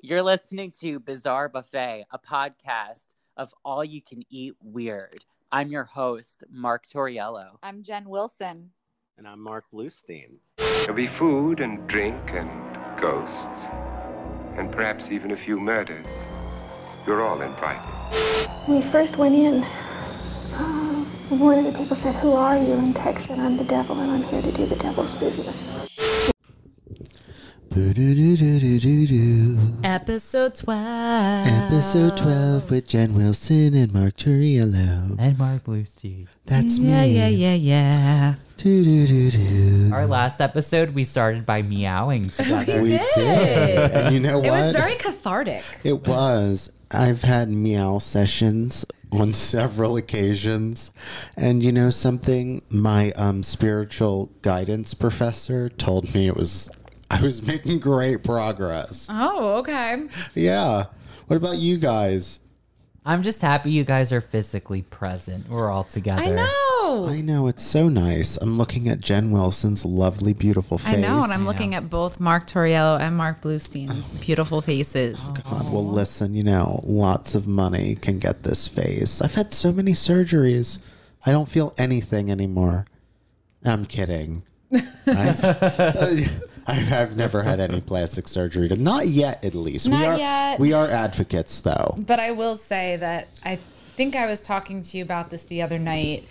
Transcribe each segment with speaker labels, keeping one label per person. Speaker 1: You're listening to Bizarre Buffet, a podcast of all you can eat weird. I'm your host, Mark Torriello.
Speaker 2: I'm Jen Wilson.
Speaker 3: And I'm Mark Bluestein.
Speaker 4: There'll be food and drink and ghosts, and perhaps even a few murders. You're all invited.
Speaker 5: When we first went in, uh, one of the people said, Who are you? in Texan, I'm the devil, and I'm here to do the devil's business.
Speaker 6: Episode
Speaker 7: Episode 12.
Speaker 6: 12 with Jen Wilson and Mark Turriello.
Speaker 7: And Mark Bluestein.
Speaker 6: That's me.
Speaker 7: yeah, Yeah, yeah, yeah,
Speaker 6: Doo-doo-doo-doo.
Speaker 7: Our last episode, we started by meowing together.
Speaker 6: We
Speaker 7: did.
Speaker 6: did. And you know
Speaker 8: It
Speaker 6: what?
Speaker 8: was very cathartic.
Speaker 6: It was. I've had meow sessions on several occasions. And you know something? My um, spiritual guidance professor told me it was I was making great progress.
Speaker 8: Oh, okay.
Speaker 6: Yeah. What about you guys?
Speaker 7: I'm just happy you guys are physically present. We're all together.
Speaker 8: I know.
Speaker 6: I know it's so nice. I'm looking at Jen Wilson's lovely, beautiful face. Oh.
Speaker 8: I know, and I'm looking at both Mark Torriello and Mark Bluestein's beautiful faces.
Speaker 6: God, well, listen, you know, lots of money can get this face. I've had so many surgeries. I don't feel anything anymore. I'm kidding. I, I, have never had any plastic surgery. Not yet, at least. we
Speaker 8: Not
Speaker 6: are,
Speaker 8: yet.
Speaker 6: We are advocates, though.
Speaker 8: But I will say that I think I was talking to you about this the other night.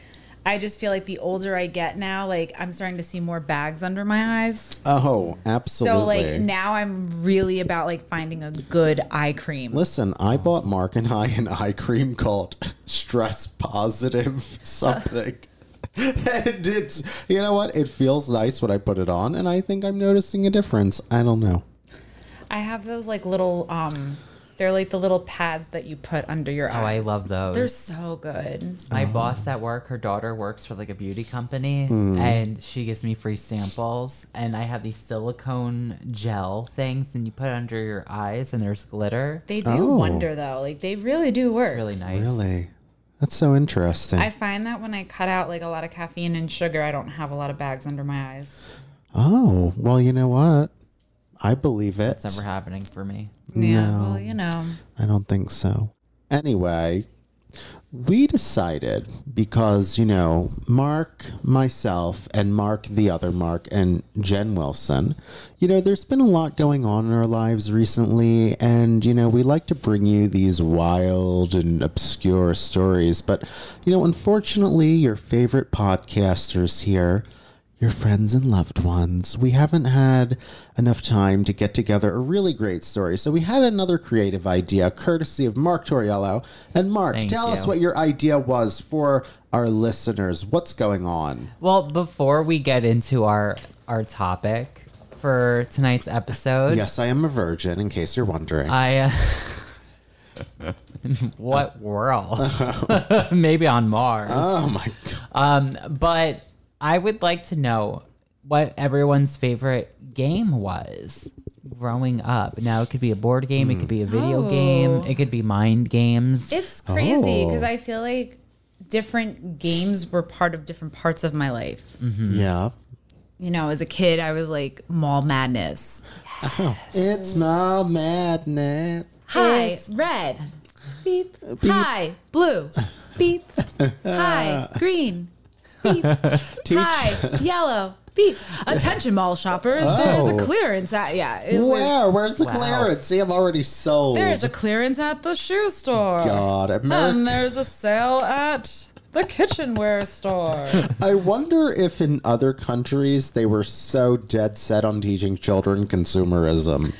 Speaker 8: I just feel like the older I get now, like I'm starting to see more bags under my eyes.
Speaker 6: Oh, absolutely.
Speaker 8: So like now I'm really about like finding a good eye cream.
Speaker 6: Listen, I bought Mark and I an eye cream called Stress Positive something. and it's, you know what? It feels nice when I put it on, and I think I'm noticing a difference. I don't know.
Speaker 8: I have those like little um they're like the little pads that you put under your
Speaker 7: Oh,
Speaker 8: eyes.
Speaker 7: I love those.
Speaker 8: They're so good.
Speaker 7: My boss at work, her daughter works for like a beauty company, and she gives me free samples. And I have these silicone gel things, and you put it under your eyes, and there's glitter.
Speaker 8: They do
Speaker 6: Oh.
Speaker 8: wonder though. Like they really do work.
Speaker 7: Really nice.
Speaker 6: Really? That's so interesting.
Speaker 8: I find that when I cut out like a lot of caffeine and sugar, I don't have a lot of bags under my eyes.
Speaker 6: oh, well, you know what? I believe it.
Speaker 7: It's never happening for me.
Speaker 8: Yeah, well, you know.
Speaker 6: I don't think so. Anyway, we decided because, you know, Mark, myself, and Mark, the other Mark, and Jen Wilson, you know, there's been a lot going on in our lives recently. And, you know, we like to bring you these wild and obscure stories. But, you know, unfortunately, your favorite podcasters here your friends and loved ones. We haven't had enough time to get together a really great story, so we had another creative idea courtesy of Mark Torriello. And Mark,
Speaker 7: Thank
Speaker 6: tell us
Speaker 7: you.
Speaker 6: what your idea was for our listeners. What's going on?
Speaker 7: Well, before we get into our our topic for tonight's episode,
Speaker 6: Yes, I am a virgin, in case you're wondering.
Speaker 7: I uh, what world? Maybe on Mars.
Speaker 6: oh my god.
Speaker 7: Um, but I would like to know what everyone's favorite game was growing up. Now it could be a board game, it could be a video
Speaker 8: Oh.
Speaker 7: game, it could be mind games.
Speaker 8: It's crazy because
Speaker 6: Oh.
Speaker 8: I feel like different games were part of different parts of my life.
Speaker 6: Yeah.
Speaker 8: You know, as a kid, I was like mall madness.
Speaker 6: It's my madness.
Speaker 8: Hi, red. Beep. Hi, blue. Beep. Hi, green. Beep.
Speaker 6: Teach-
Speaker 8: Hi, yellow. Beep. Attention, mall shoppers. There's
Speaker 6: Oh.
Speaker 8: a clearance at yeah. It was-
Speaker 6: Where? Where's the clearance? See, I'm already sold.
Speaker 8: There's a Um, clearance at the shoe store.
Speaker 6: God, America.
Speaker 8: And there's a sale at the kitchenware store.
Speaker 6: I wonder if in other countries they were so dead set on teaching children consumerism.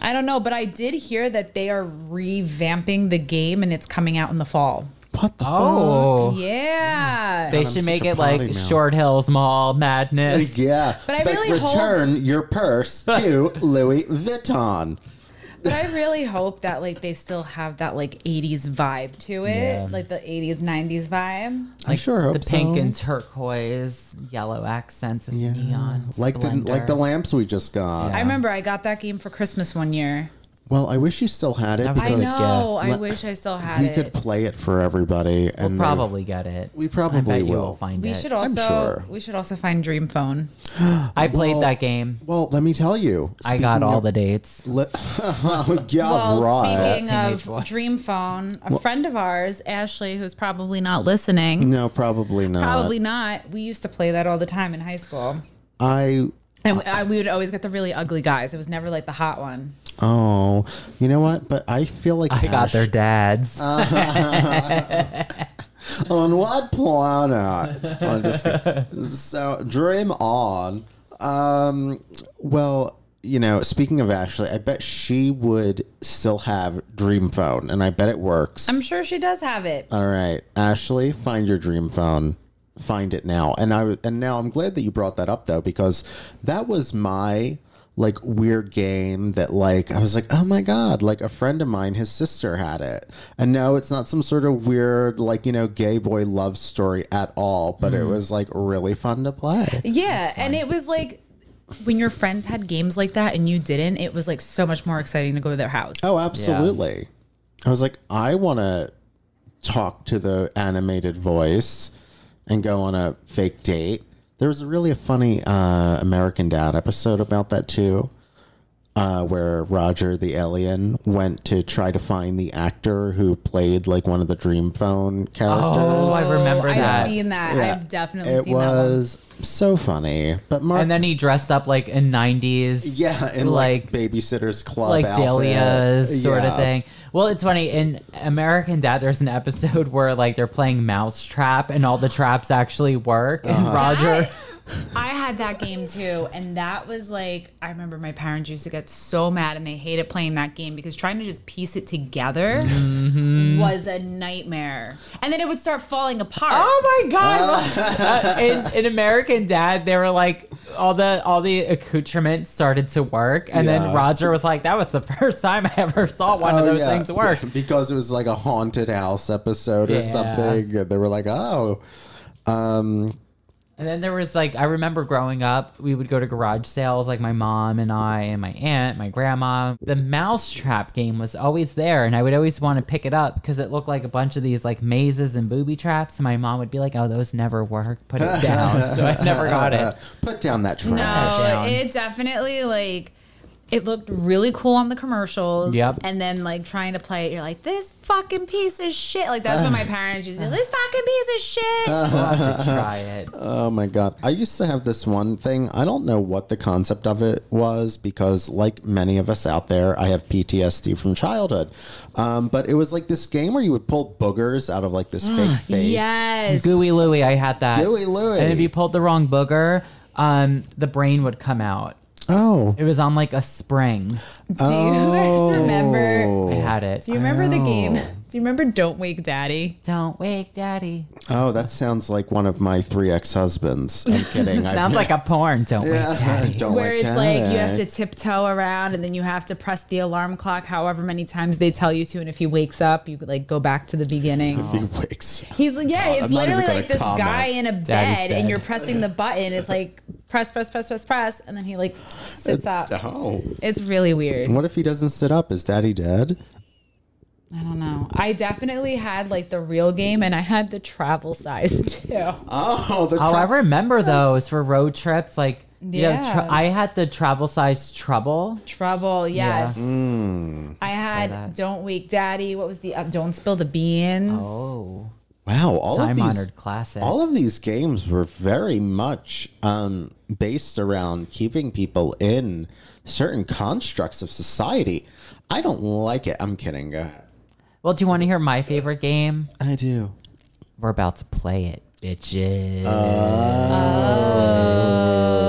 Speaker 8: I don't know, but I did hear that they are revamping the game and it's coming out in the fall.
Speaker 6: What the
Speaker 7: oh,
Speaker 8: Yeah.
Speaker 7: they
Speaker 6: I'm
Speaker 7: should make
Speaker 6: such a
Speaker 7: it like
Speaker 6: potty mouth.
Speaker 7: Short Hills Mall
Speaker 6: fuck?
Speaker 7: Madness.
Speaker 6: Yeah.
Speaker 8: But I really hope-
Speaker 6: return your purse to Louis Vuitton.
Speaker 8: but I really hope that like they still have that like 80s vibe to it, like the 80s 90s vibe.
Speaker 6: I sure hope
Speaker 7: The pink
Speaker 6: so.
Speaker 7: and turquoise, yellow accents of
Speaker 6: Yeah.
Speaker 7: neon.
Speaker 6: like the like the
Speaker 7: splendor.
Speaker 6: lamps we just got.
Speaker 8: I remember I got that game for Christmas one year.
Speaker 6: Well, I wish you still had it
Speaker 7: That was
Speaker 8: I
Speaker 7: Really
Speaker 6: because
Speaker 8: know.
Speaker 7: gift.
Speaker 8: I
Speaker 6: Let-
Speaker 8: wish I still had
Speaker 6: we
Speaker 8: it.
Speaker 6: could play it for everybody.
Speaker 7: We'll
Speaker 6: and they-
Speaker 7: probably get it.
Speaker 6: We
Speaker 7: I
Speaker 6: probably
Speaker 7: bet you
Speaker 6: will.
Speaker 7: will find
Speaker 8: we
Speaker 7: it.
Speaker 8: should
Speaker 6: I'm
Speaker 8: also
Speaker 6: sure.
Speaker 8: we should also find Dream Phone.
Speaker 7: I played
Speaker 6: Well,
Speaker 7: that game.
Speaker 6: Well, let me tell you.
Speaker 7: I got
Speaker 6: speaking
Speaker 7: all
Speaker 6: of-
Speaker 7: the dates.
Speaker 6: Li- oh, yeah,
Speaker 8: well,
Speaker 6: right.
Speaker 8: speaking
Speaker 7: Teenage
Speaker 8: of
Speaker 7: voice.
Speaker 8: Dream Phone, a friend of ours, Ashley, who's probably not listening,
Speaker 6: No, probably not.
Speaker 8: probably not. We used to play that all the time in high school,
Speaker 6: I.
Speaker 8: and I, we would always get the really ugly guys. It was never like the hot one.
Speaker 6: Oh, you know what? But I feel like
Speaker 7: I got
Speaker 6: Ash-
Speaker 7: their dads.
Speaker 6: Uh, on what planet? I'm just kidding. so dream on. Um, well, you know, speaking of Ashley, I bet she would still have dream phone, and I bet it works.
Speaker 8: I'm sure she does have it.
Speaker 6: All right, Ashley, find your dream phone. Find it now. And I and now I'm glad that you brought that up though because that was my like weird game that like I was like, "Oh my god, like a friend of mine his sister had it." And no, it's not some sort of weird like, you know, gay boy love story at all, but it was like really fun to play.
Speaker 8: Yeah, and it was like when your friends had games like that and you didn't, it was like so much more exciting to go to their house.
Speaker 6: Oh, absolutely. I was like, "I want to talk to the animated voice and go on a fake date. There was really a funny uh, American Dad episode about that too, uh, where Roger the alien went to try to find the actor who played like one of the Dream Phone characters.
Speaker 7: Oh, I remember
Speaker 8: I've
Speaker 7: that.
Speaker 8: seen that.
Speaker 6: Yeah.
Speaker 8: I've definitely
Speaker 6: it
Speaker 8: seen that one.
Speaker 6: was so funny, but Mark,
Speaker 7: And then he dressed up like in nineties.
Speaker 6: yeah, in like, Babysitters Club,
Speaker 7: like
Speaker 6: outfit.
Speaker 7: dahlias sort
Speaker 6: Yeah.
Speaker 7: of thing. Well, it's funny in American Dad. There's an episode where like they're playing Mousetrap, and all the traps actually work. And
Speaker 6: Uh-huh.
Speaker 7: Roger,
Speaker 8: I had that game too, and that was like I remember my parents used to get so mad, and they hated playing that game because trying to just piece it together was a nightmare. And then it would start falling apart.
Speaker 7: oh my god! Uh, in, in American Dad, they were like all the all the accoutrements started to work, and
Speaker 6: Yeah.
Speaker 7: then Roger was like, "That was the first time I ever saw one of
Speaker 6: Oh,
Speaker 7: those
Speaker 6: yeah.
Speaker 7: things work."
Speaker 6: because it was like a haunted house episode or
Speaker 7: Yeah.
Speaker 6: something. And they were like, "Oh, um,
Speaker 7: And then there was like I remember growing up, we would go to garage sales, like my mom and I and my aunt, my grandma. The mousetrap game was always there, and I would always want to pick it up because it looked like a bunch of these like mazes and booby traps. And my mom would be like, "Oh, those never work. Put it down." so I never got it.
Speaker 6: uh, put down that trash."
Speaker 8: No,
Speaker 7: down.
Speaker 8: it definitely like it looked really cool on the commercials.
Speaker 7: Yep.
Speaker 8: And then like trying to play it, you're like, this fucking piece of shit. Like that's what my parents used to do. This fucking piece of shit.
Speaker 7: I'll have to try it.
Speaker 6: Oh my god. I used to have this one thing. I don't know what the concept of it was because like many of us out there, I have PTSD from childhood. Um, but it was like this game where you would pull boogers out of like
Speaker 7: Ah,
Speaker 6: this fake face.
Speaker 8: yes.
Speaker 7: Gooey Louie, I had that.
Speaker 6: Gooey Louie.
Speaker 7: And if you pulled the wrong booger, um, the brain would come out.
Speaker 6: Oh.
Speaker 7: It was on like a spring.
Speaker 8: Do you guys remember?
Speaker 7: I had it.
Speaker 8: Do you remember the game? Do you remember Don't Wake Daddy?
Speaker 7: Don't wake, daddy.
Speaker 6: Oh, that sounds like one of my three ex-husbands. I'm kidding. I-
Speaker 7: Sounds like a porn. Don't wake, daddy.
Speaker 6: don't
Speaker 8: Where it's like you have to
Speaker 6: Titanic.
Speaker 8: tiptoe around and then you have to press the alarm clock however many times they tell you to. And if he wakes up, you like go back to the beginning.
Speaker 6: He wakes.
Speaker 8: He's like, yeah,
Speaker 6: I'm
Speaker 8: it's
Speaker 6: not
Speaker 8: literally
Speaker 6: even gonna
Speaker 8: like this
Speaker 6: comment.
Speaker 8: guy in a
Speaker 7: Daddy's
Speaker 8: bed,
Speaker 7: dead.
Speaker 8: and you're pressing the button. It's like press, press, press, press, press, and then he like sits up.
Speaker 6: Oh.
Speaker 8: It's really weird.
Speaker 6: What if he doesn't sit up? Is daddy dead?
Speaker 8: I don't know. I definitely had like the real game, and I had the travel size too.
Speaker 6: Oh, the
Speaker 7: Oh, I
Speaker 6: crap.
Speaker 7: remember those for road trips. Like, yeah,
Speaker 8: Yeah.
Speaker 7: I had the travel size trouble.
Speaker 8: Trouble, yes.
Speaker 6: Hmm.
Speaker 8: I
Speaker 7: that.
Speaker 8: had Don't Wake Daddy. What was the uh, Don't Spill the Beans?
Speaker 7: Oh,
Speaker 6: wow, all of
Speaker 7: time
Speaker 6: these
Speaker 7: honored classic.
Speaker 6: all of these games were very much um, based around keeping people in certain constructs of society. I don't like it. I'm kidding. Go ahead.
Speaker 7: well, do you want to hear my favorite game?
Speaker 6: I do.
Speaker 7: We're about to play it, bitches.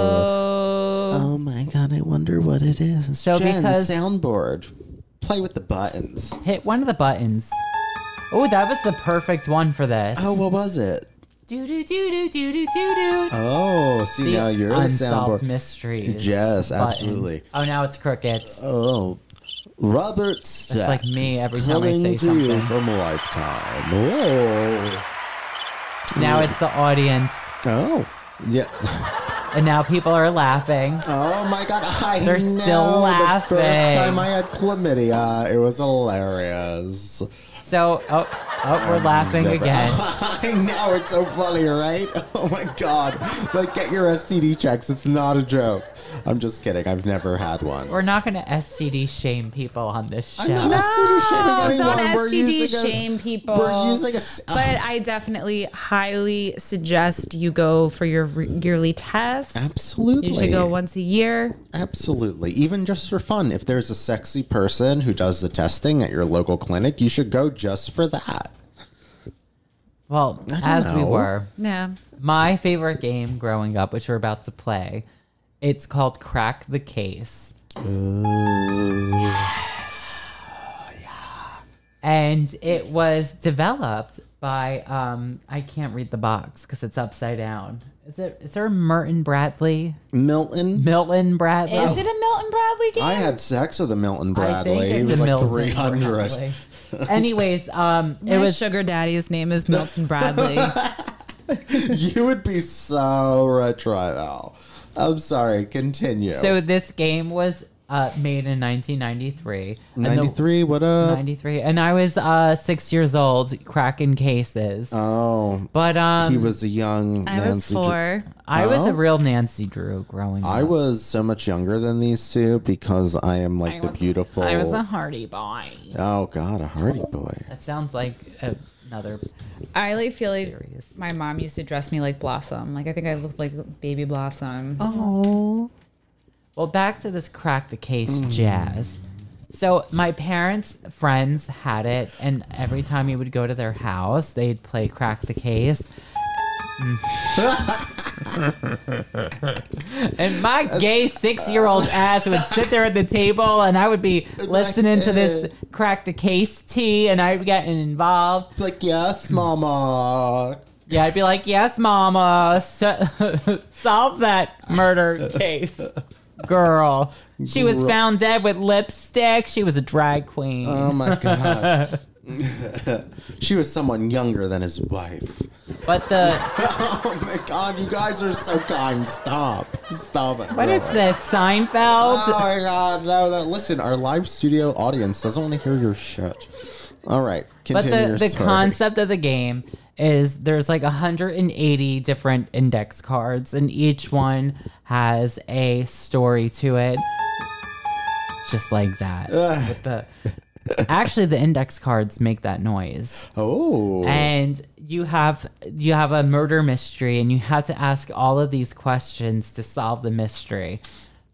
Speaker 6: Oh my god! I wonder what it is.
Speaker 7: So
Speaker 6: Jen,
Speaker 7: because-
Speaker 6: soundboard, play with the buttons.
Speaker 7: Hit one of the buttons. Oh, that was the perfect one for this.
Speaker 6: Oh, what was it?
Speaker 7: do do do do do do do do.
Speaker 6: Oh, see now you're the
Speaker 7: unsolved
Speaker 6: soundboard.
Speaker 7: mysteries.
Speaker 6: Yes,
Speaker 7: button.
Speaker 6: absolutely.
Speaker 7: Oh, now it's crickets.
Speaker 6: Oh, Robert Stack.
Speaker 7: like me
Speaker 6: is
Speaker 7: every time I
Speaker 6: coming
Speaker 7: say
Speaker 6: to you
Speaker 7: something.
Speaker 6: from Lifetime. Whoa.
Speaker 7: Now it's the audience.
Speaker 6: Oh, yeah.
Speaker 7: and now people are laughing.
Speaker 6: Oh my god, I
Speaker 7: They're
Speaker 6: know.
Speaker 7: still
Speaker 6: The first
Speaker 7: laughing.
Speaker 6: time I had chlamydia, it was hilarious.
Speaker 7: So, oh, oh we're laughing again.
Speaker 6: I know, it's so funny, right? Oh my god. Like get your STD checks. It's not a joke. I'm just kidding. I've never had one.
Speaker 7: We're not going to STD shame people on this show.
Speaker 6: I'm not STD shaming
Speaker 8: don't
Speaker 6: anyone. We're
Speaker 8: STD
Speaker 6: using a-
Speaker 8: shame people.
Speaker 6: We're using a s-
Speaker 8: But I definitely highly suggest you go for your re- yearly test.
Speaker 6: Absolutely.
Speaker 8: You should go once a year.
Speaker 6: Absolutely. Even just for fun. If there's a sexy person who does the testing at your local clinic, you should go just for that.
Speaker 7: Well, as we
Speaker 6: know.
Speaker 7: were,
Speaker 8: Yeah.
Speaker 7: my favorite game growing up, which we're about to play, it's called Crack the Case. And it was developed by um, I can't read the box because it's upside down. Is it? Is there a Merton Bradley?
Speaker 6: Milton.
Speaker 7: Milton Bradley?
Speaker 8: Is it a Milton Bradley game?
Speaker 6: I had sex with a Milton
Speaker 7: I
Speaker 6: Bradley.
Speaker 7: think
Speaker 6: He
Speaker 7: it's
Speaker 6: was
Speaker 7: a
Speaker 6: like
Speaker 7: Milton
Speaker 6: 300.
Speaker 7: Bradley. Anyways, um,
Speaker 8: My
Speaker 7: it was
Speaker 8: sugar daddy's name is Milton Bradley.
Speaker 6: You would be so retro now. I'm sorry. Continue.
Speaker 7: so uh, this game was uh, made in 1993. and the-
Speaker 6: 93, what up?
Speaker 7: 93 and i was uh six years old cracking cases
Speaker 6: Oh,
Speaker 7: but um
Speaker 6: he was a young.
Speaker 8: I was
Speaker 6: Nancy
Speaker 8: four.
Speaker 6: Dr-
Speaker 7: i was
Speaker 6: Oh.
Speaker 7: a real nancy drew growing
Speaker 6: I
Speaker 7: up
Speaker 6: was so much younger than these two because I am like the beautiful.
Speaker 7: i was a hardy boy
Speaker 6: oh God, a Hardy Boy.
Speaker 7: that sounds like another
Speaker 8: I like feel like my mom used to dress me like Blossom. Like I think I looked like Baby Blossom.
Speaker 6: Oh,
Speaker 7: well back to this crack the case jazz so my parents friends had it and every time you would go to their house they'd play crack the case and my gay six-year-old ass would sit there at the table and i would be listening to this crack the case tea and i'd be getting involved
Speaker 6: like yes, Mama.
Speaker 7: yeah, I'd be like, yes, mama, so- solve that murder case, girl. She was found dead with lipstick. She was a drag queen.
Speaker 6: Oh my God. she was someone younger than his wife.
Speaker 7: but the,
Speaker 6: Oh my God, you guys are so kind. Stop. Stop it.
Speaker 7: what is
Speaker 6: really.
Speaker 7: this, Seinfeld?
Speaker 6: Oh my god, no, no. Listen, our live studio audience doesn't want to hear your shit. All right,
Speaker 7: but
Speaker 6: continue
Speaker 7: the,
Speaker 6: your
Speaker 7: the
Speaker 6: story.
Speaker 7: concept of the game is there's like 180 different index cards, and each one has a story to it. Just like that. With the, actually, the index cards make that noise.
Speaker 6: Oh,
Speaker 7: and you have you have a murder mystery and you have to ask all of these questions to solve the mystery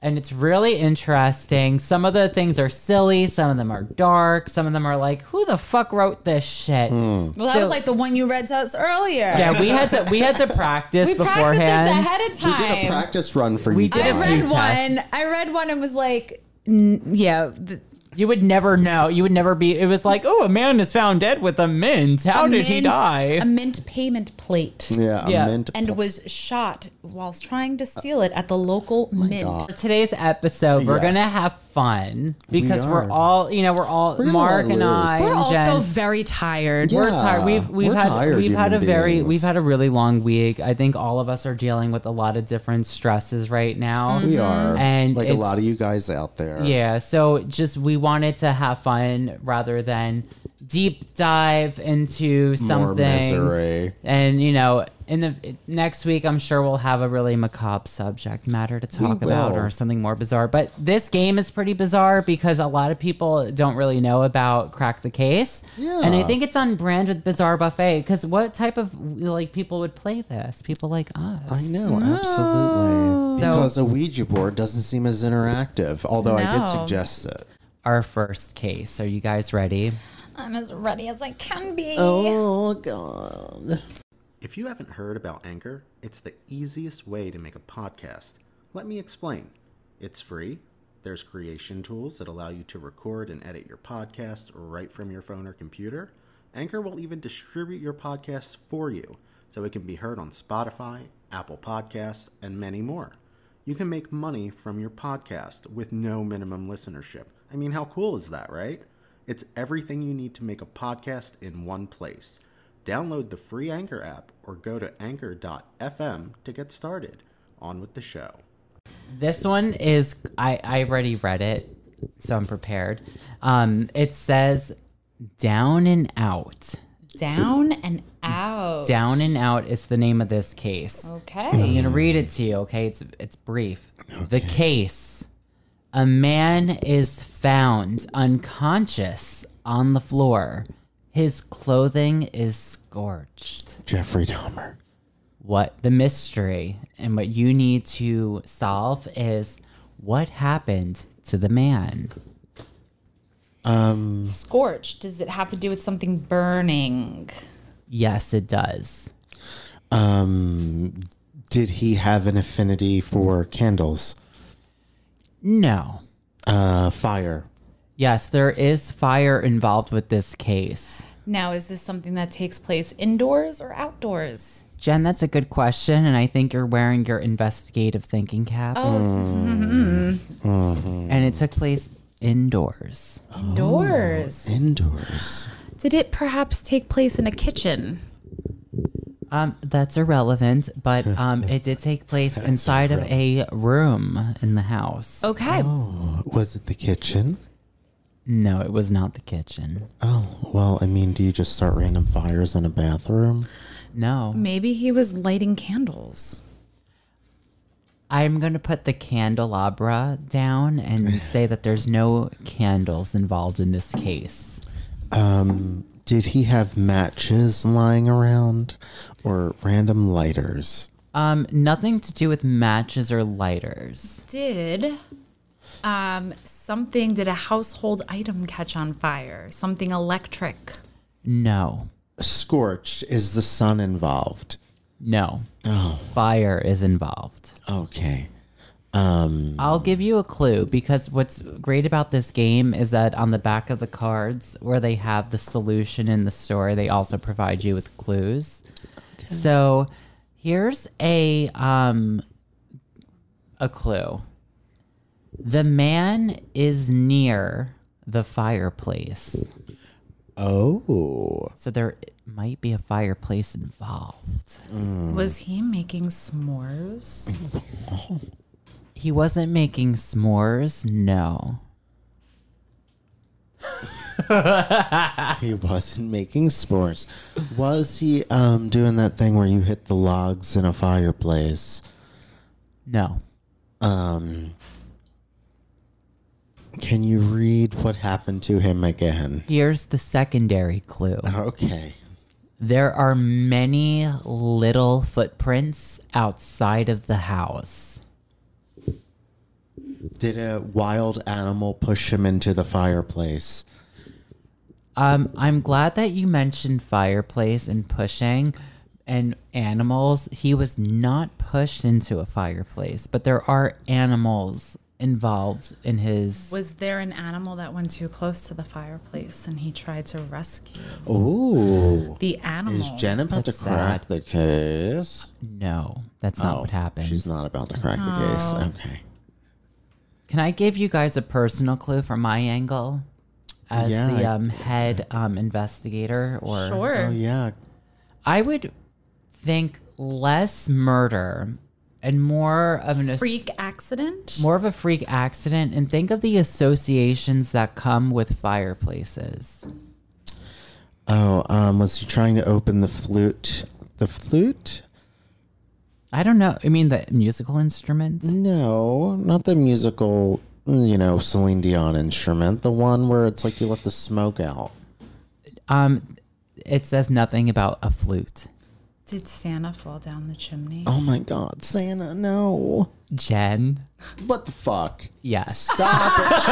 Speaker 7: and it's really interesting some of the things are silly some of them are dark some of them are like who the fuck wrote this shit
Speaker 8: Well, that
Speaker 7: So-
Speaker 8: was like the one you read to us earlier.
Speaker 7: yeah we had to we had to practice
Speaker 8: we practiced this
Speaker 7: beforehand
Speaker 8: ahead of
Speaker 6: we did a
Speaker 8: time.
Speaker 6: practice run for
Speaker 7: We
Speaker 6: you.
Speaker 7: did a
Speaker 8: I
Speaker 6: guys.
Speaker 8: read
Speaker 7: few
Speaker 8: one.
Speaker 7: tests.
Speaker 8: I read one and was like, n- yeah. th-
Speaker 7: you would never know you would never be it was like oh a man is found dead with a mint how
Speaker 8: a
Speaker 7: did he
Speaker 8: mint-
Speaker 7: die
Speaker 8: A mint payment plate.
Speaker 6: Yeah, a
Speaker 7: Yeah.
Speaker 6: mint.
Speaker 8: And was shot whilst trying to steal it at the local mint.
Speaker 6: God.
Speaker 7: For today's episode, we're
Speaker 6: Yes.
Speaker 7: gonna have fun because we are
Speaker 6: are.
Speaker 7: all, you know, we're all
Speaker 6: gonna
Speaker 7: Mark
Speaker 6: let
Speaker 7: and I,
Speaker 6: loose.
Speaker 8: We're
Speaker 7: and
Speaker 8: also
Speaker 7: Jen.
Speaker 8: very tired.
Speaker 7: we're
Speaker 6: Yeah,
Speaker 7: tired. We've we've
Speaker 6: we're
Speaker 7: had
Speaker 6: tired
Speaker 7: we've had a
Speaker 6: human
Speaker 7: very
Speaker 6: beings.
Speaker 7: we've had a really long week. I think all of us are dealing with a lot of different stresses right now.
Speaker 6: we are,
Speaker 7: Mm-hmm. And
Speaker 6: like a
Speaker 7: it's-
Speaker 6: lot of you guys out there.
Speaker 7: Yeah, so just we wanted to have fun rather than deep dive into
Speaker 6: more
Speaker 7: something.
Speaker 6: misery.
Speaker 7: And you know, in the next week, I'm sure we'll have a really macabre subject matter to talk about,
Speaker 6: will.
Speaker 7: or something more bizarre. But this game is pretty bizarre because a lot of people don't really know about Crack the Case,
Speaker 6: Yeah.
Speaker 7: and I think it's on brand with Bizarre Buffet. Because what type of like people would play this? People like us.
Speaker 6: I know, absolutely.
Speaker 7: So-
Speaker 6: Because a Ouija board doesn't seem as interactive, although I did
Speaker 8: No.
Speaker 6: suggest it.
Speaker 7: Our first case. Are you guys ready?
Speaker 5: I'm as ready as I can be.
Speaker 6: Oh god.
Speaker 2: If you haven't heard about Anchor, it's the easiest way to make a podcast. Let me explain. It's free. There's creation tools that allow you to record and edit your podcast right from your phone or computer. Anchor will even distribute your podcast for you so it can be heard on Spotify, Apple Podcasts, and many more. You can make money from your podcast with no minimum listenership. I mean, how cool is that, right? It's everything you need to make a podcast in one place. Download the free Anchor app or go to anchor.fm to get started. On with the show.
Speaker 7: This one is I I already read it, so I'm prepared. Um, it says down and out.
Speaker 8: Down and out.
Speaker 7: Down and out is the name of this case. I'm
Speaker 8: Okay.
Speaker 7: gonna read it to you, okay? It's it's brief. The case. A man is found unconscious on the floor. His clothing is scorched.
Speaker 6: Jeffrey Dahmer.
Speaker 7: What the mystery and what you need to solve is what happened to the man.
Speaker 8: Scorched. Does it have to do with something burning?
Speaker 7: Yes, it does.
Speaker 6: Um, did he have an affinity for candles?
Speaker 7: No.
Speaker 6: Uh, fire.
Speaker 7: Yes, there is fire involved with this case.
Speaker 8: Now, is this something that takes place indoors or outdoors?
Speaker 7: Jen, that's a good question, and I think you're wearing your investigative thinking cap. And it took place indoors.
Speaker 8: Indoors.
Speaker 6: Indoors.
Speaker 8: Did it perhaps take place in a kitchen?
Speaker 7: Um, that's irrelevant, but um, it did take place inside of a room in the house.
Speaker 8: Okay.
Speaker 6: Was it the kitchen?
Speaker 7: No, it was not the kitchen.
Speaker 6: Oh, well, I mean, do you just start random fires in a bathroom?
Speaker 7: No,
Speaker 8: Maybe he was lighting candles.
Speaker 7: I'm gonna put the candelabra down and say that there's no candles involved in this case.
Speaker 6: Um, did he have matches lying around or random lighters?
Speaker 7: Um, nothing to do with matches or lighters.
Speaker 8: Did um something did a household item catch on fire? Something electric.
Speaker 7: No,
Speaker 6: Scorched. Is the sun involved?
Speaker 7: No. Fire is involved.
Speaker 6: Okay. Um,
Speaker 7: I'll give you a clue because what's great about this game is that on the back of the cards where they have the solution in the story, they also provide you with clues. So here's a um a clue. The man is near the fireplace.
Speaker 6: oh.
Speaker 7: So there might be a fireplace involved.
Speaker 8: Was he making s'mores?
Speaker 7: He wasn't making s'mores, no.
Speaker 6: He wasn't making sports. Was he um, doing that thing where you hit the logs in a fireplace?
Speaker 7: No.
Speaker 6: Um, can you read what happened to him again?
Speaker 7: Here's the secondary clue.
Speaker 6: Uh-huh. Okay.
Speaker 7: There are many little footprints outside of the house.
Speaker 6: Did a wild animal push him into the fireplace?
Speaker 7: Um, I'm glad that you mentioned fireplace and pushing and animals. He was not pushed into a fireplace, but there are animals involved in his.
Speaker 8: Was there an animal that went too close to the fireplace and he tried to rescue
Speaker 6: Ooh.
Speaker 8: the animal?
Speaker 6: Is Jen about to crack the case?
Speaker 7: No, that's not what happened.
Speaker 6: Oh, She's not about to crack the case. Okay.
Speaker 7: Can I give you guys a personal clue from my angle as
Speaker 6: Yeah,
Speaker 7: the
Speaker 6: I-
Speaker 7: um, head um, investigator? Or
Speaker 8: sure.
Speaker 6: Oh, yeah.
Speaker 7: I would think less murder and more of an as-
Speaker 8: Freak accident?
Speaker 7: more of a freak accident, and think of the associations that come with fireplaces.
Speaker 6: Oh, um, was he trying to open the flute? The flute?
Speaker 7: I don't know. I mean, the musical instruments.
Speaker 6: No, not the musical, you know, Celine Dion instrument. The one where it's like you let the smoke out.
Speaker 7: Um, it says nothing about a flute.
Speaker 8: Did Santa fall down the chimney?
Speaker 6: Oh my God, Santa, no.
Speaker 7: Jen,
Speaker 6: What the fuck?
Speaker 7: yes,
Speaker 6: Stop it.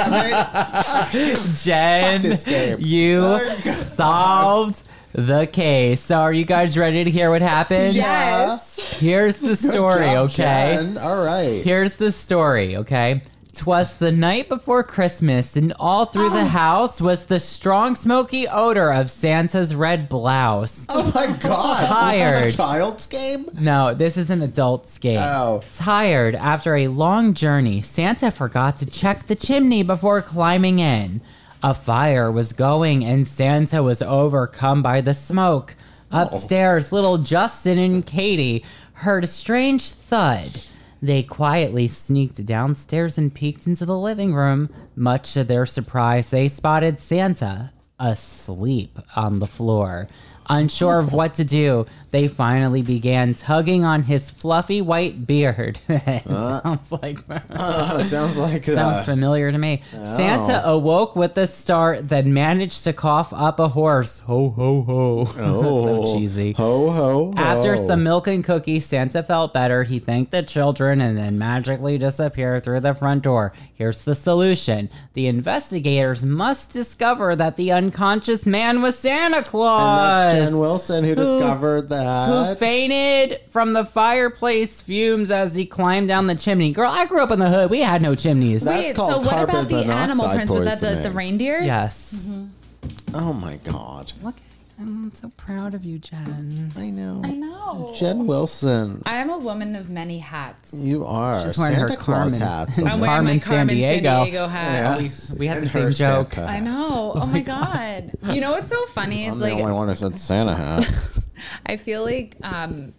Speaker 6: Fucking damn it.
Speaker 7: Jen,
Speaker 6: this game. Oh
Speaker 7: you solved the case. So, are you guys ready to hear what happened?
Speaker 6: Yes.
Speaker 7: Here's the story.
Speaker 6: Job,
Speaker 7: okay.
Speaker 6: Jen. All right.
Speaker 7: Here's the story, okay? Twas the night before Christmas, and all through the house was the strong smoky odor of Santa's red blouse.
Speaker 6: Oh my God.
Speaker 7: Tired.
Speaker 6: This is a child's game?
Speaker 7: No, this is an adult's game.
Speaker 6: Oh.
Speaker 7: Tired after a long journey, Santa forgot to check the chimney before climbing in. A fire was going, and Santa was overcome by the smoke. Upstairs, little Justin and Katie heard a strange thud. They quietly sneaked downstairs and peeked into the living room. Much to their surprise, they spotted Santa asleep on the floor. Unsure of what to do, they finally began tugging on his fluffy white beard. It sounds like
Speaker 6: Uh, sounds like
Speaker 7: Sounds
Speaker 6: uh,
Speaker 7: familiar to me. Santa awoke with a start, then managed to cough up a horse. Ho, ho, ho.
Speaker 6: oh,
Speaker 7: That's so cheesy.
Speaker 6: Ho ho. ho.
Speaker 7: After some milk and cookies, Santa felt better. He thanked the children and then magically disappeared through the front door. Here's the solution the investigators must discover that the unconscious man was Santa
Speaker 6: and
Speaker 7: Claus.
Speaker 6: that's Jen Wilson who, discovered
Speaker 7: who
Speaker 6: that.
Speaker 7: fainted from the fireplace fumes as he climbed down the chimney. Girl, I grew up in the hood. We had no chimneys.
Speaker 6: That- That's
Speaker 8: Wait,
Speaker 6: called
Speaker 8: so what
Speaker 6: carbon
Speaker 8: about the animal
Speaker 6: monoxide
Speaker 8: prince? Was that the, the
Speaker 6: poisoning.
Speaker 8: reindeer?
Speaker 7: yes.
Speaker 6: oh my god.
Speaker 7: Mm-hmm. Look, I'm so proud of you, Jen.
Speaker 6: I know.
Speaker 8: I know.
Speaker 6: Jen Wilson,
Speaker 8: I am a woman of many hats.
Speaker 6: you are
Speaker 7: She's wearing her
Speaker 6: Santa Claus
Speaker 7: Carmen.
Speaker 6: hats.
Speaker 8: I'm wearing
Speaker 7: Carmen
Speaker 8: my Carmen San Diego,
Speaker 7: Sandiego.
Speaker 8: hat.
Speaker 7: we had the same joke.
Speaker 8: I know. Oh, my god. You know what's so funny?
Speaker 6: I'm
Speaker 8: It's
Speaker 6: the
Speaker 8: like
Speaker 6: only one who said Santa hat.
Speaker 8: I feel like um,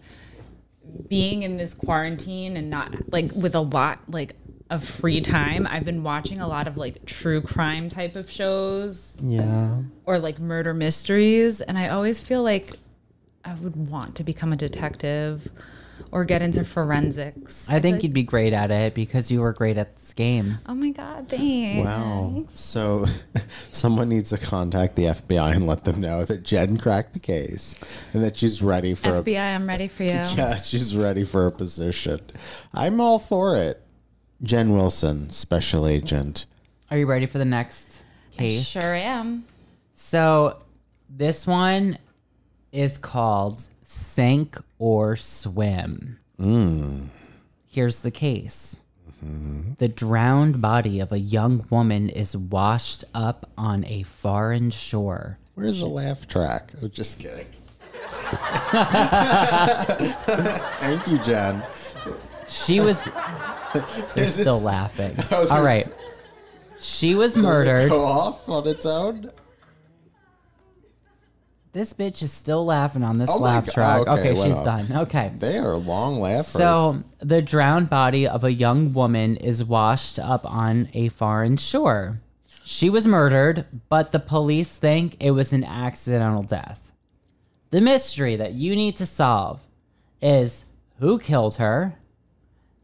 Speaker 8: being in this quarantine and not like with a lot like of free time, I've been watching a lot of like true crime type of shows
Speaker 6: yeah.
Speaker 8: or like murder mysteries, and I always feel like I would want to become a detective or get into forensics.
Speaker 7: I think
Speaker 8: like-
Speaker 7: you'd be great at it because you were great at this game.
Speaker 8: Oh my god, thanks.
Speaker 6: Wow. So someone needs to contact the FBI and let them know that Jen cracked the case and that she's ready for a
Speaker 8: FBI, I'm ready for you.
Speaker 6: Yeah, she's ready for a position. I'm all for it. Jen Wilson, special agent.
Speaker 7: Are you ready for the next case?
Speaker 8: Sure am.
Speaker 7: So this one is called Sink or Swim.
Speaker 6: Hmm.
Speaker 7: Here's the case. The drowned body of a young woman is washed up on a foreign shore.
Speaker 6: Where's the laugh track? Oh, just kidding. Thank you, Jen.
Speaker 7: She was
Speaker 6: They're
Speaker 7: still laughing.
Speaker 6: Oh,
Speaker 7: All right.
Speaker 6: there's-
Speaker 7: She was murdered.
Speaker 6: Go off on its own.
Speaker 7: This bitch is still laughing on this
Speaker 6: Oh my
Speaker 7: laugh
Speaker 6: go-
Speaker 7: track.
Speaker 6: oh, okay,
Speaker 7: okay,
Speaker 6: it went
Speaker 7: she's
Speaker 6: off.
Speaker 7: done. Okay.
Speaker 6: They are long laughers.
Speaker 7: So, the drowned body of a young woman is washed up on a foreign shore. She was murdered, but the police think it was an accidental death. The mystery that you need to solve is who killed her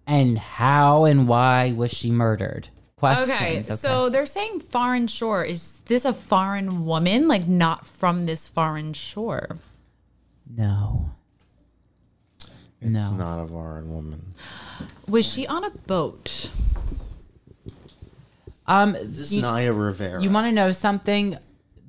Speaker 7: and how and why was she murdered? Questions.
Speaker 8: Okay, so they're saying foreign shore. Is this a foreign woman? Like not from this foreign shore?
Speaker 7: no.
Speaker 6: it's
Speaker 7: no.
Speaker 6: not a foreign woman.
Speaker 8: Was she on a boat?
Speaker 7: Um
Speaker 6: This
Speaker 7: you-
Speaker 6: is Naya Rivera.
Speaker 7: You want to know something?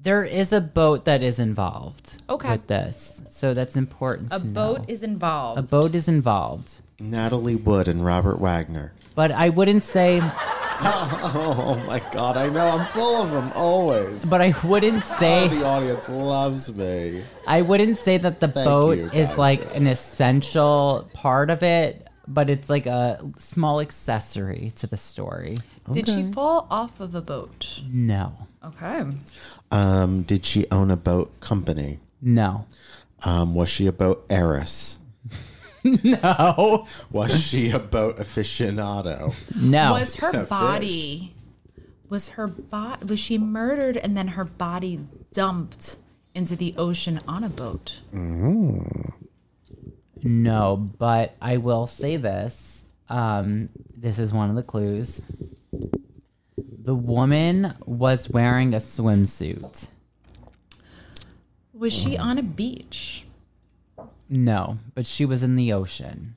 Speaker 7: There is a boat that is involved.
Speaker 8: Okay.
Speaker 7: With this, so that's important.
Speaker 8: A
Speaker 7: to
Speaker 8: boat
Speaker 7: know.
Speaker 8: is involved.
Speaker 7: a boat is involved,
Speaker 6: Natalie Wood and Robert Wagner.
Speaker 7: but I wouldn't say.
Speaker 6: Oh my God! I know I'm full of them always.
Speaker 7: But I wouldn't
Speaker 6: Oh,
Speaker 7: say.
Speaker 6: the audience loves me.
Speaker 7: I wouldn't say that the
Speaker 6: Thank
Speaker 7: boat
Speaker 6: you,
Speaker 7: is
Speaker 6: guys.
Speaker 7: like an essential part of it, but it's like a small accessory to the story.
Speaker 8: Did she fall off of a boat?
Speaker 7: No,
Speaker 8: Okay.
Speaker 6: Um, did she own a boat company?
Speaker 7: no,
Speaker 6: Um, was she a boat heiress?
Speaker 7: no,
Speaker 6: Was she a boat aficionado?
Speaker 7: no.
Speaker 8: Was her
Speaker 6: fish.
Speaker 8: body? Was her body? Was she murdered and then her body dumped into the ocean on a boat?
Speaker 7: No, but I will say this. Um, this is one of the clues. The woman was wearing a swimsuit.
Speaker 8: Was she on a beach?
Speaker 7: No, but she was in the ocean.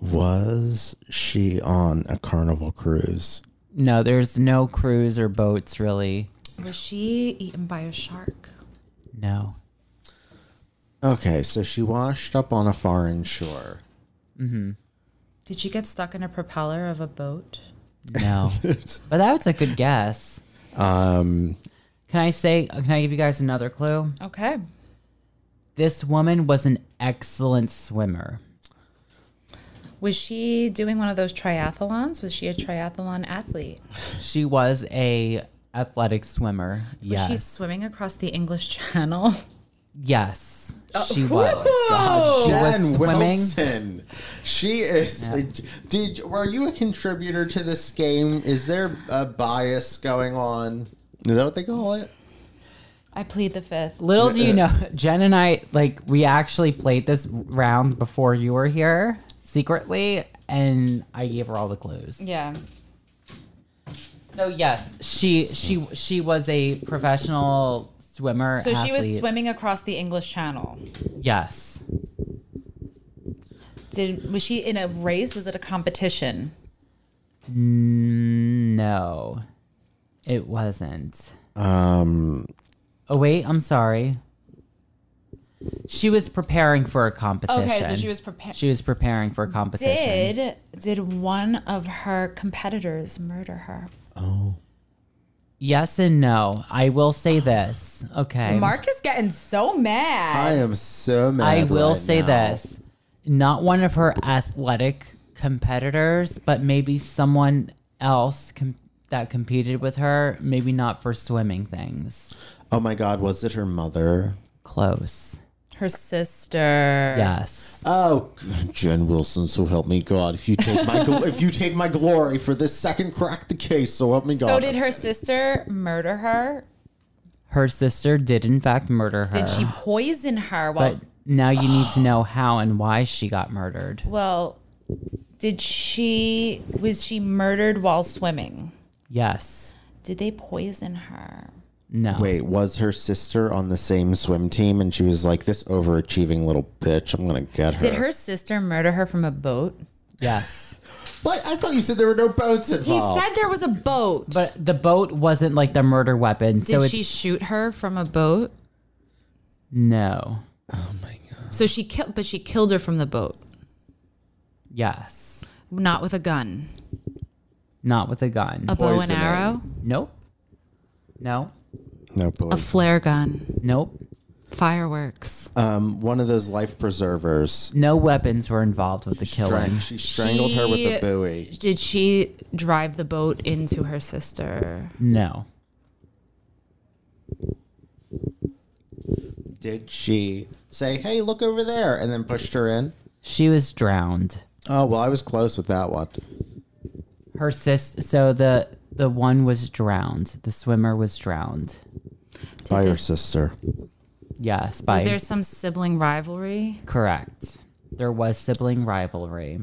Speaker 6: Was she on a carnival cruise?
Speaker 7: No, there's no cruise or boats really.
Speaker 8: Was she eaten by a shark?
Speaker 7: No.
Speaker 6: Okay, so she washed up on a foreign shore.
Speaker 8: Did she get stuck in a propeller of a boat?
Speaker 7: No. but that was a good guess.
Speaker 6: Um,
Speaker 7: Can I say can I give you guys another clue?
Speaker 8: Okay.
Speaker 7: This woman was an excellent swimmer.
Speaker 8: Was she doing one of those triathlons? Was she a triathlon athlete?
Speaker 7: She was a athletic swimmer.
Speaker 8: Was
Speaker 7: Yes.
Speaker 8: she swimming across the English Channel?
Speaker 7: yes. She was.
Speaker 6: God, Jen
Speaker 7: was swimming.
Speaker 6: Wilson. She is. Did were you a contributor to this game? Is there a bias going on? Is that what they call it?
Speaker 8: I plead the fifth.
Speaker 7: Little do you know, Jen and I like we actually played this round before you were here secretly, and I gave her all the clues.
Speaker 8: Yeah.
Speaker 7: So yes, she she she was a professional swimmer.
Speaker 8: So she was
Speaker 7: athlete.
Speaker 8: swimming across the English Channel.
Speaker 7: Yes.
Speaker 8: Did was she in a race? Was it a competition?
Speaker 7: No, it wasn't.
Speaker 6: Um,
Speaker 7: Oh wait, I'm sorry. She was preparing for a competition.
Speaker 8: Okay, so she was preparing.
Speaker 7: She was preparing for a competition.
Speaker 8: Did did one of her competitors murder her?
Speaker 7: Yes and no. I will say this. Okay.
Speaker 8: Mark is getting so mad.
Speaker 6: I am so mad.
Speaker 7: I will
Speaker 6: right
Speaker 7: say
Speaker 6: now.
Speaker 7: this. Not one of her athletic competitors, but maybe someone else com- that competed with her, maybe not for swimming things.
Speaker 6: Oh my God, was it her mother?
Speaker 7: Close.
Speaker 8: Her sister.
Speaker 7: Yes.
Speaker 6: Oh, Jen Wilson, so help me God! If you take my gl- if you take my glory for this second, crack the case. So help me God!
Speaker 8: So did her sister murder her?
Speaker 7: Her sister did, in fact, murder her.
Speaker 8: Did she poison her while
Speaker 7: But now you need to know how and why she got murdered.
Speaker 8: well did she was she murdered while swimming?
Speaker 7: Yes.
Speaker 8: Did they poison her?
Speaker 7: No.
Speaker 6: Wait, was her sister on the same swim team and she was like, this overachieving little bitch, I'm going to get her.
Speaker 8: Did her sister murder her from a boat?
Speaker 7: Yes.
Speaker 6: But I thought you said there were no boats
Speaker 8: He
Speaker 6: involved.
Speaker 8: said there was a boat.
Speaker 7: But the boat wasn't like the murder weapon.
Speaker 8: did
Speaker 7: so it's
Speaker 8: she shoot her from a boat?
Speaker 7: no.
Speaker 8: So she killed but she killed her from the boat,
Speaker 7: Yes.
Speaker 8: not with a gun.
Speaker 7: Not with a gun.
Speaker 8: A bow and
Speaker 6: Poisoning.
Speaker 8: arrow?
Speaker 7: Nope. No.
Speaker 6: no
Speaker 8: A
Speaker 6: boats.
Speaker 8: flare gun.
Speaker 7: Nope.
Speaker 8: Fireworks.
Speaker 7: Uh.
Speaker 6: um, one of those life preservers.
Speaker 7: No weapons were involved with the killing.
Speaker 6: Strang- she strangled her with
Speaker 8: She-
Speaker 6: a buoy.
Speaker 8: Did she drive the boat into her sister?
Speaker 7: No.
Speaker 6: Did she say, hey, look over there, and then pushed her in?
Speaker 7: She was drowned.
Speaker 6: Oh, well, I was close with that one.
Speaker 7: Her sister so the the one was drowned. The swimmer was drowned.
Speaker 6: By her sister.
Speaker 7: Yes, by
Speaker 8: Is there some sibling rivalry?
Speaker 7: correct. There was sibling rivalry.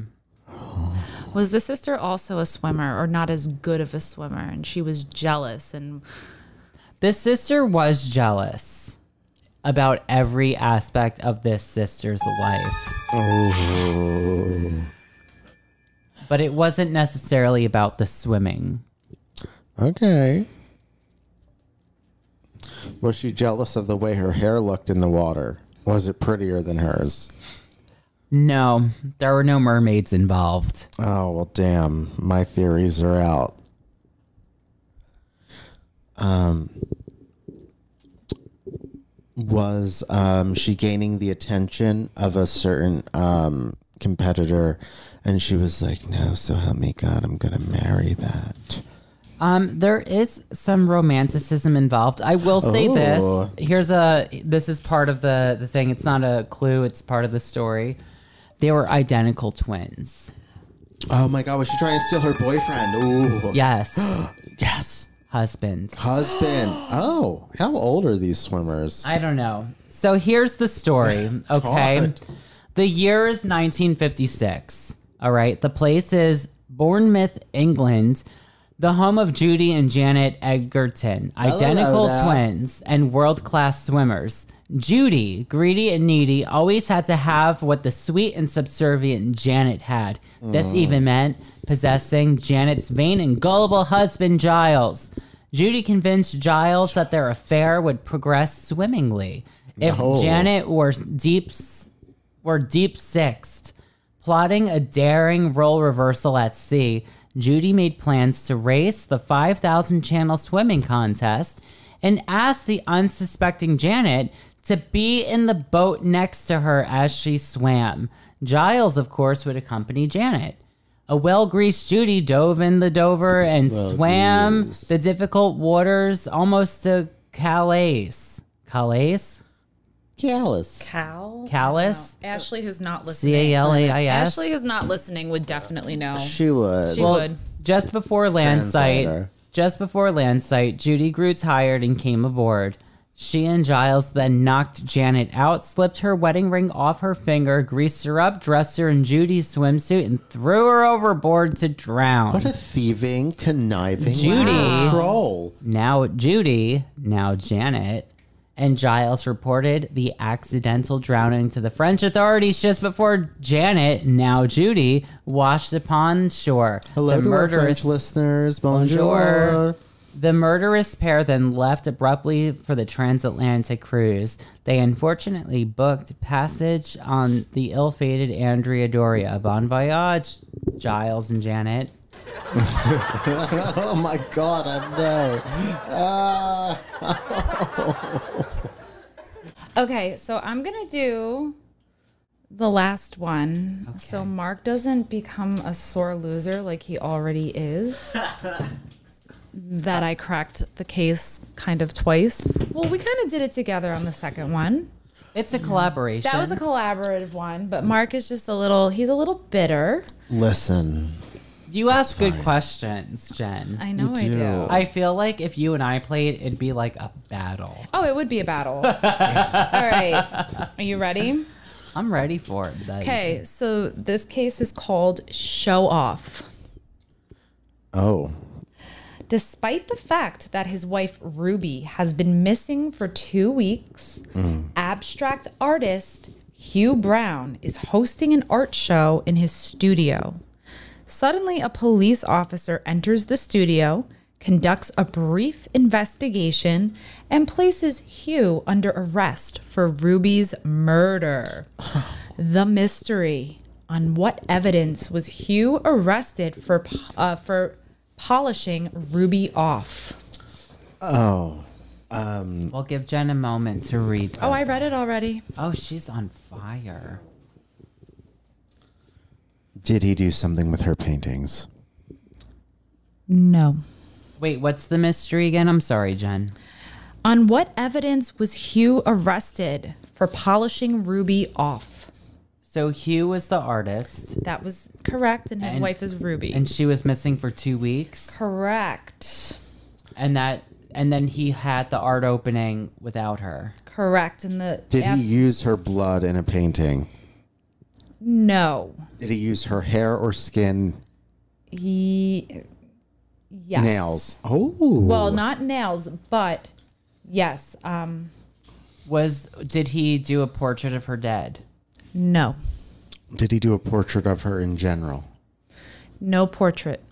Speaker 8: Was the sister also a swimmer or not as good of a swimmer and she was jealous and
Speaker 7: The sister was jealous about every aspect of this sister's life. But it wasn't necessarily about the swimming.
Speaker 6: Okay. Was she jealous of the way her hair looked in the water? Was it prettier than hers?
Speaker 7: No, there were no mermaids involved.
Speaker 6: Oh, well, damn. My theories are out. Um, was um, she gaining the attention of a certain um, competitor? And she was like, no, so help me God, I'm going to marry that.
Speaker 7: Um, there is some romanticism involved. I will say
Speaker 6: Oh.
Speaker 7: this. Here's a this is part of the the thing. It's not a clue, it's part of the story. They were identical twins.
Speaker 6: Oh my God, was she trying to steal her boyfriend? Ooh.
Speaker 7: Yes.
Speaker 6: Yes.
Speaker 7: Husband.
Speaker 6: Husband. oh, how old are these swimmers?
Speaker 7: I don't know. So here's the story, okay?
Speaker 6: God.
Speaker 7: the year is 1956. All right. The place is Bournemouth, England, the home of Judy and Janet Edgerton, identical
Speaker 6: there.
Speaker 7: twins and world class swimmers. Judy, greedy and needy, always had to have what the sweet and subservient Janet had. This even meant possessing Janet's vain and gullible husband, Giles. Judy convinced Giles that their affair would progress swimmingly. If Janet were deep were deep sixed. Plotting a daring role reversal at sea, Judy made plans to race the 5,000 channel swimming contest and asked the unsuspecting Janet to be in the boat next to her as she swam. Giles, of course, would accompany Janet. A well greased Judy dove in the Dover and swam the difficult waters almost to Calais. Calais?
Speaker 6: Callous.
Speaker 8: Cal?
Speaker 7: Callous?
Speaker 8: No. Ashley, who's not listening.
Speaker 7: C A L A I S.
Speaker 8: Ashley, who's not listening, would definitely know.
Speaker 6: She would.
Speaker 8: She
Speaker 7: Well,
Speaker 8: would.
Speaker 7: just before land sight,
Speaker 6: Translator.
Speaker 7: just before land sight, Judy grew tired and came aboard. She and Giles then knocked Janet out, slipped her wedding ring off her finger, greased her up, dressed her in Judy's swimsuit, and threw her overboard to drown.
Speaker 6: What a thieving, conniving
Speaker 7: Judy.
Speaker 6: little troll.
Speaker 7: now Judy, now Janet, and Giles reported the accidental drowning to the French authorities just before Janet, now Judy, washed upon shore.
Speaker 6: Hello
Speaker 7: the
Speaker 6: to our French listeners. Bonjour.
Speaker 7: Bonjour. The murderous pair then left abruptly for the transatlantic cruise. They unfortunately booked passage on the ill fated Andrea Doria. Bon voyage, Giles and Janet.
Speaker 6: Oh my god, I know. Ah.
Speaker 8: Okay, so I'm going to do the last one. So Mark doesn't become a sore loser like he already is. that I cracked the case kind of twice. Well, we kind of did it together on the second one.
Speaker 7: It's a collaboration.
Speaker 8: That was a collaborative one, but Mark is just a little, he's a little bitter.
Speaker 6: Listen,
Speaker 7: you ask good questions, Jen.
Speaker 8: I know I
Speaker 6: do.
Speaker 8: do.
Speaker 7: I feel like if you and I played, it'd be like a battle.
Speaker 8: Oh, it would be a battle. All right. Are you ready?
Speaker 7: I'm ready for it. But
Speaker 8: Okay, so this case is called Show Off.
Speaker 6: oh,
Speaker 8: Despite the fact that his wife Ruby has been missing for two weeks, abstract artist Hugh Brown is hosting an art show in his studio. Suddenly, a police officer enters the studio, conducts a brief investigation, and places Hugh under arrest for Ruby's murder. The mystery on what evidence was Hugh arrested for po- uh, for polishing Ruby off?
Speaker 6: oh,
Speaker 7: we'll give Jen a moment to read.
Speaker 8: Oh, I read it already.
Speaker 7: Oh, she's on fire.
Speaker 6: did he do something with her paintings?
Speaker 8: No.
Speaker 7: Wait, what's the mystery again? I'm sorry, Jen.
Speaker 8: On what evidence was Hugh arrested for polishing Ruby off?
Speaker 7: So Hugh was the artist,
Speaker 8: That was correct, and his
Speaker 7: And-
Speaker 8: wife is Ruby.
Speaker 7: and she was missing for two weeks,
Speaker 8: correct.
Speaker 7: and that, and then he had the art opening without her.
Speaker 8: Correct. And the
Speaker 6: Did
Speaker 8: ab-
Speaker 6: he use her blood in a painting?
Speaker 8: no.
Speaker 6: Did he use her hair or skin?
Speaker 8: He yes.
Speaker 6: Nails. Oh.
Speaker 8: Well, not nails, but yes. Um
Speaker 7: Was did he do a portrait of her dead?
Speaker 8: no.
Speaker 6: Did he do a portrait of her in general?
Speaker 8: No portrait.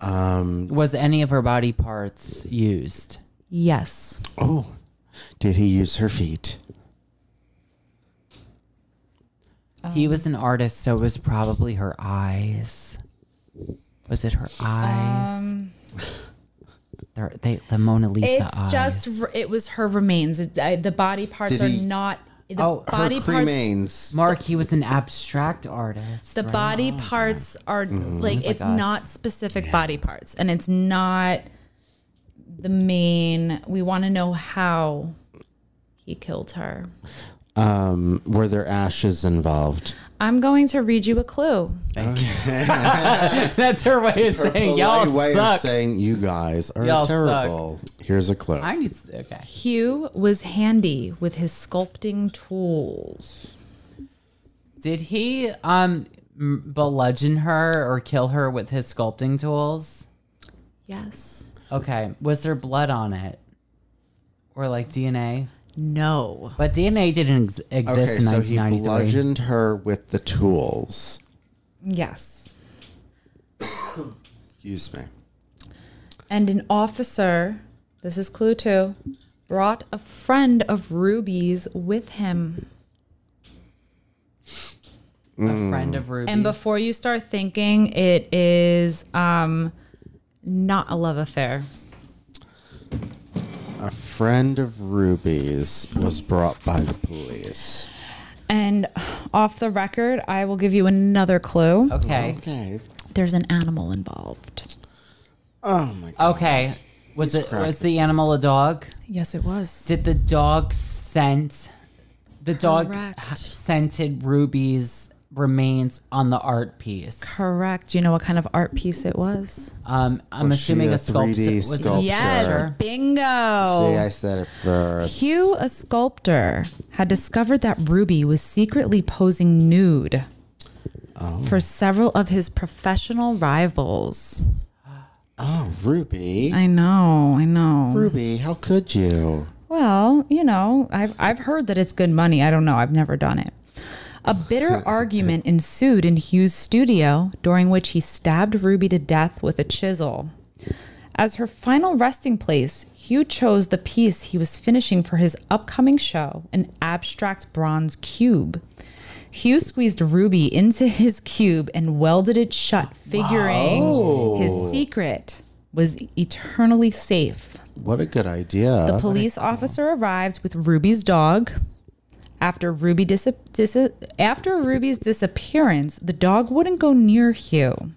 Speaker 7: Was any of her body parts used?
Speaker 8: Yes.
Speaker 6: Oh. Did he use her feet?
Speaker 7: he
Speaker 8: Um,
Speaker 7: was an artist, so it was probably her eyes. Was it her eyes? They're- they, the Mona Lisa
Speaker 8: Um, It's
Speaker 7: eyes.
Speaker 8: just r- it was her remains. It, I, the body parts
Speaker 6: Did
Speaker 8: are
Speaker 6: he-
Speaker 8: not the
Speaker 7: Oh, her
Speaker 6: Her
Speaker 8: body parts.
Speaker 6: cremains.
Speaker 7: Mark. He was an abstract artist.
Speaker 8: The
Speaker 7: right? Oh, Mm-hmm.
Speaker 8: body parts are like
Speaker 7: like
Speaker 8: it's
Speaker 7: us.
Speaker 8: not specific body parts, and it's not the main. We want to know how he killed her.
Speaker 6: Um, were there ashes involved?
Speaker 8: I'm going to read you a clue.
Speaker 7: That's her way of saying y'all
Speaker 6: way
Speaker 7: suck.
Speaker 6: of saying you guys are
Speaker 7: Y'all
Speaker 6: terrible. Here's a clue.
Speaker 7: I need okay.
Speaker 8: Hugh was handy with his sculpting tools.
Speaker 7: Did he um m- bludgeon her or kill her with his sculpting tools?
Speaker 8: Yes.
Speaker 7: Okay, was there blood on it, or like DNA?
Speaker 8: No.
Speaker 7: But DNA didn't ex- exist
Speaker 6: okay,
Speaker 7: in
Speaker 6: so he
Speaker 7: 1993.
Speaker 6: bludgeoned her with the tools.
Speaker 8: Yes.
Speaker 6: Excuse me.
Speaker 8: And an officer, this is clue two, brought a friend of Ruby's with him.
Speaker 7: a friend of Ruby.
Speaker 8: And before you start thinking, it is um not a love affair.
Speaker 6: A friend of Ruby's was brought by the police.
Speaker 8: And off the record, I will give you another clue.
Speaker 7: okay,
Speaker 6: Okay.
Speaker 8: There's an animal involved.
Speaker 6: Oh my god.
Speaker 7: okay. Was it was the animal a dog?
Speaker 8: Yes, it was.
Speaker 7: Did the dog scent The dog
Speaker 8: Correct.
Speaker 7: h- scented rubies remains on the art piece.
Speaker 8: Correct. Do you know what kind of art piece it was?
Speaker 7: Um, I'm
Speaker 6: Was she
Speaker 7: assuming
Speaker 6: a
Speaker 7: a sculpture
Speaker 6: 3D
Speaker 7: was
Speaker 6: sculpture?
Speaker 7: it a
Speaker 8: Yes.
Speaker 7: sculpture? Oh.
Speaker 8: Bingo.
Speaker 6: See, I said it first.
Speaker 8: Hugh, a sculptor, had discovered that Ruby was secretly posing nude for several of his professional rivals.
Speaker 6: Oh, Ruby.
Speaker 8: I know, I know.
Speaker 6: Ruby, how could you?
Speaker 8: Well, you know, I've, I've heard that it's good money. I don't know. I've never done it. A bitter argument ensued in Hugh's studio, during which he stabbed Ruby to death with a chisel. As her final resting place, Hugh chose the piece he was finishing for his upcoming show an abstract bronze cube. Hugh squeezed Ruby into his cube and welded it shut, figuring his secret was eternally safe.
Speaker 6: What a good idea.
Speaker 8: The police officer arrived with Ruby's dog. After Ruby dis- dis- after Ruby's disappearance, the dog wouldn't go near Hugh.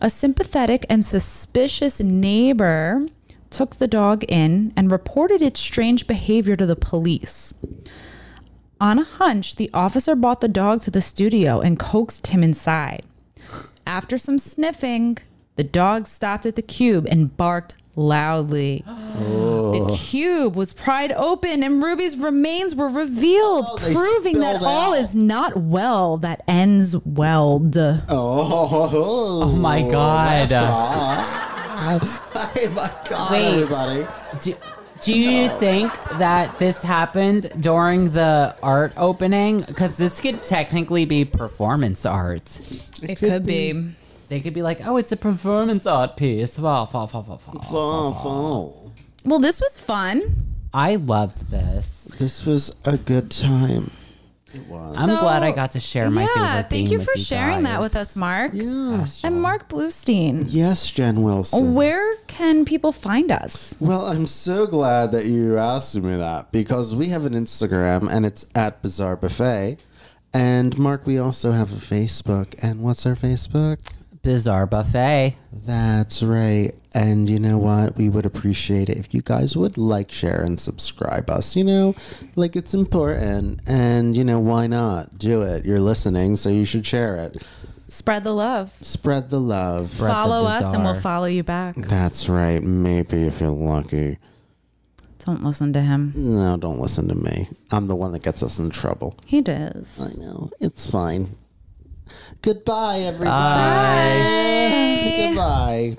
Speaker 8: A sympathetic and suspicious neighbor took the dog in and reported its strange behavior to the police. On a hunch, the officer brought the dog to the studio and coaxed him inside. After some sniffing, the dog stopped at the cube and barked loudly. The cube was pried open and Ruby's remains were revealed,
Speaker 6: Oh, they
Speaker 8: proving that
Speaker 6: spilled
Speaker 8: all
Speaker 6: out.
Speaker 8: is not well that ends welled.
Speaker 6: Oh, oh
Speaker 7: my God.
Speaker 6: hey, my God,
Speaker 7: Wait.
Speaker 6: everybody.
Speaker 7: Do, do you think that this happened during the art opening? Because this could technically be performance art.
Speaker 8: It, could, be.
Speaker 7: They could be like, "Oh, it's a performance art piece." Wow, wow, wow, wow, wow.
Speaker 6: Fun, fun.
Speaker 8: Well, this was fun.
Speaker 7: I loved this.
Speaker 6: This was a good time. It was.
Speaker 7: I'm
Speaker 8: So-
Speaker 7: glad I got to share my favorite.
Speaker 8: yeah, thank
Speaker 7: thing
Speaker 8: you
Speaker 7: with
Speaker 8: for sharing that
Speaker 7: guys.
Speaker 8: with us, Mark.
Speaker 6: yeah.
Speaker 8: And Mark Bluestein,
Speaker 6: Yes, Jen
Speaker 7: Oh,
Speaker 6: Wilson.
Speaker 8: where can people find us?
Speaker 6: Well, I'm so glad that you asked me that because we have an Instagram and it's at Bizarre Buffet. And Mark, we also have a Facebook. And what's our Facebook?
Speaker 7: Bizarre buffet.
Speaker 6: That's right. And you know what? We would appreciate it if you guys would like, share, and subscribe us. You know, like it's important. And you know, why not? Do it. You're listening, so you should share it.
Speaker 8: Spread the love.
Speaker 6: Spread the love.
Speaker 7: Breath of
Speaker 8: follow us and we'll
Speaker 7: Bizarre.
Speaker 8: follow you back.
Speaker 6: That's right. Maybe if you're lucky.
Speaker 8: Don't listen to him.
Speaker 6: No, don't listen to me. I'm the one that gets us in trouble.
Speaker 8: He does.
Speaker 6: No, it's fine. Goodbye, everybody. Goodbye.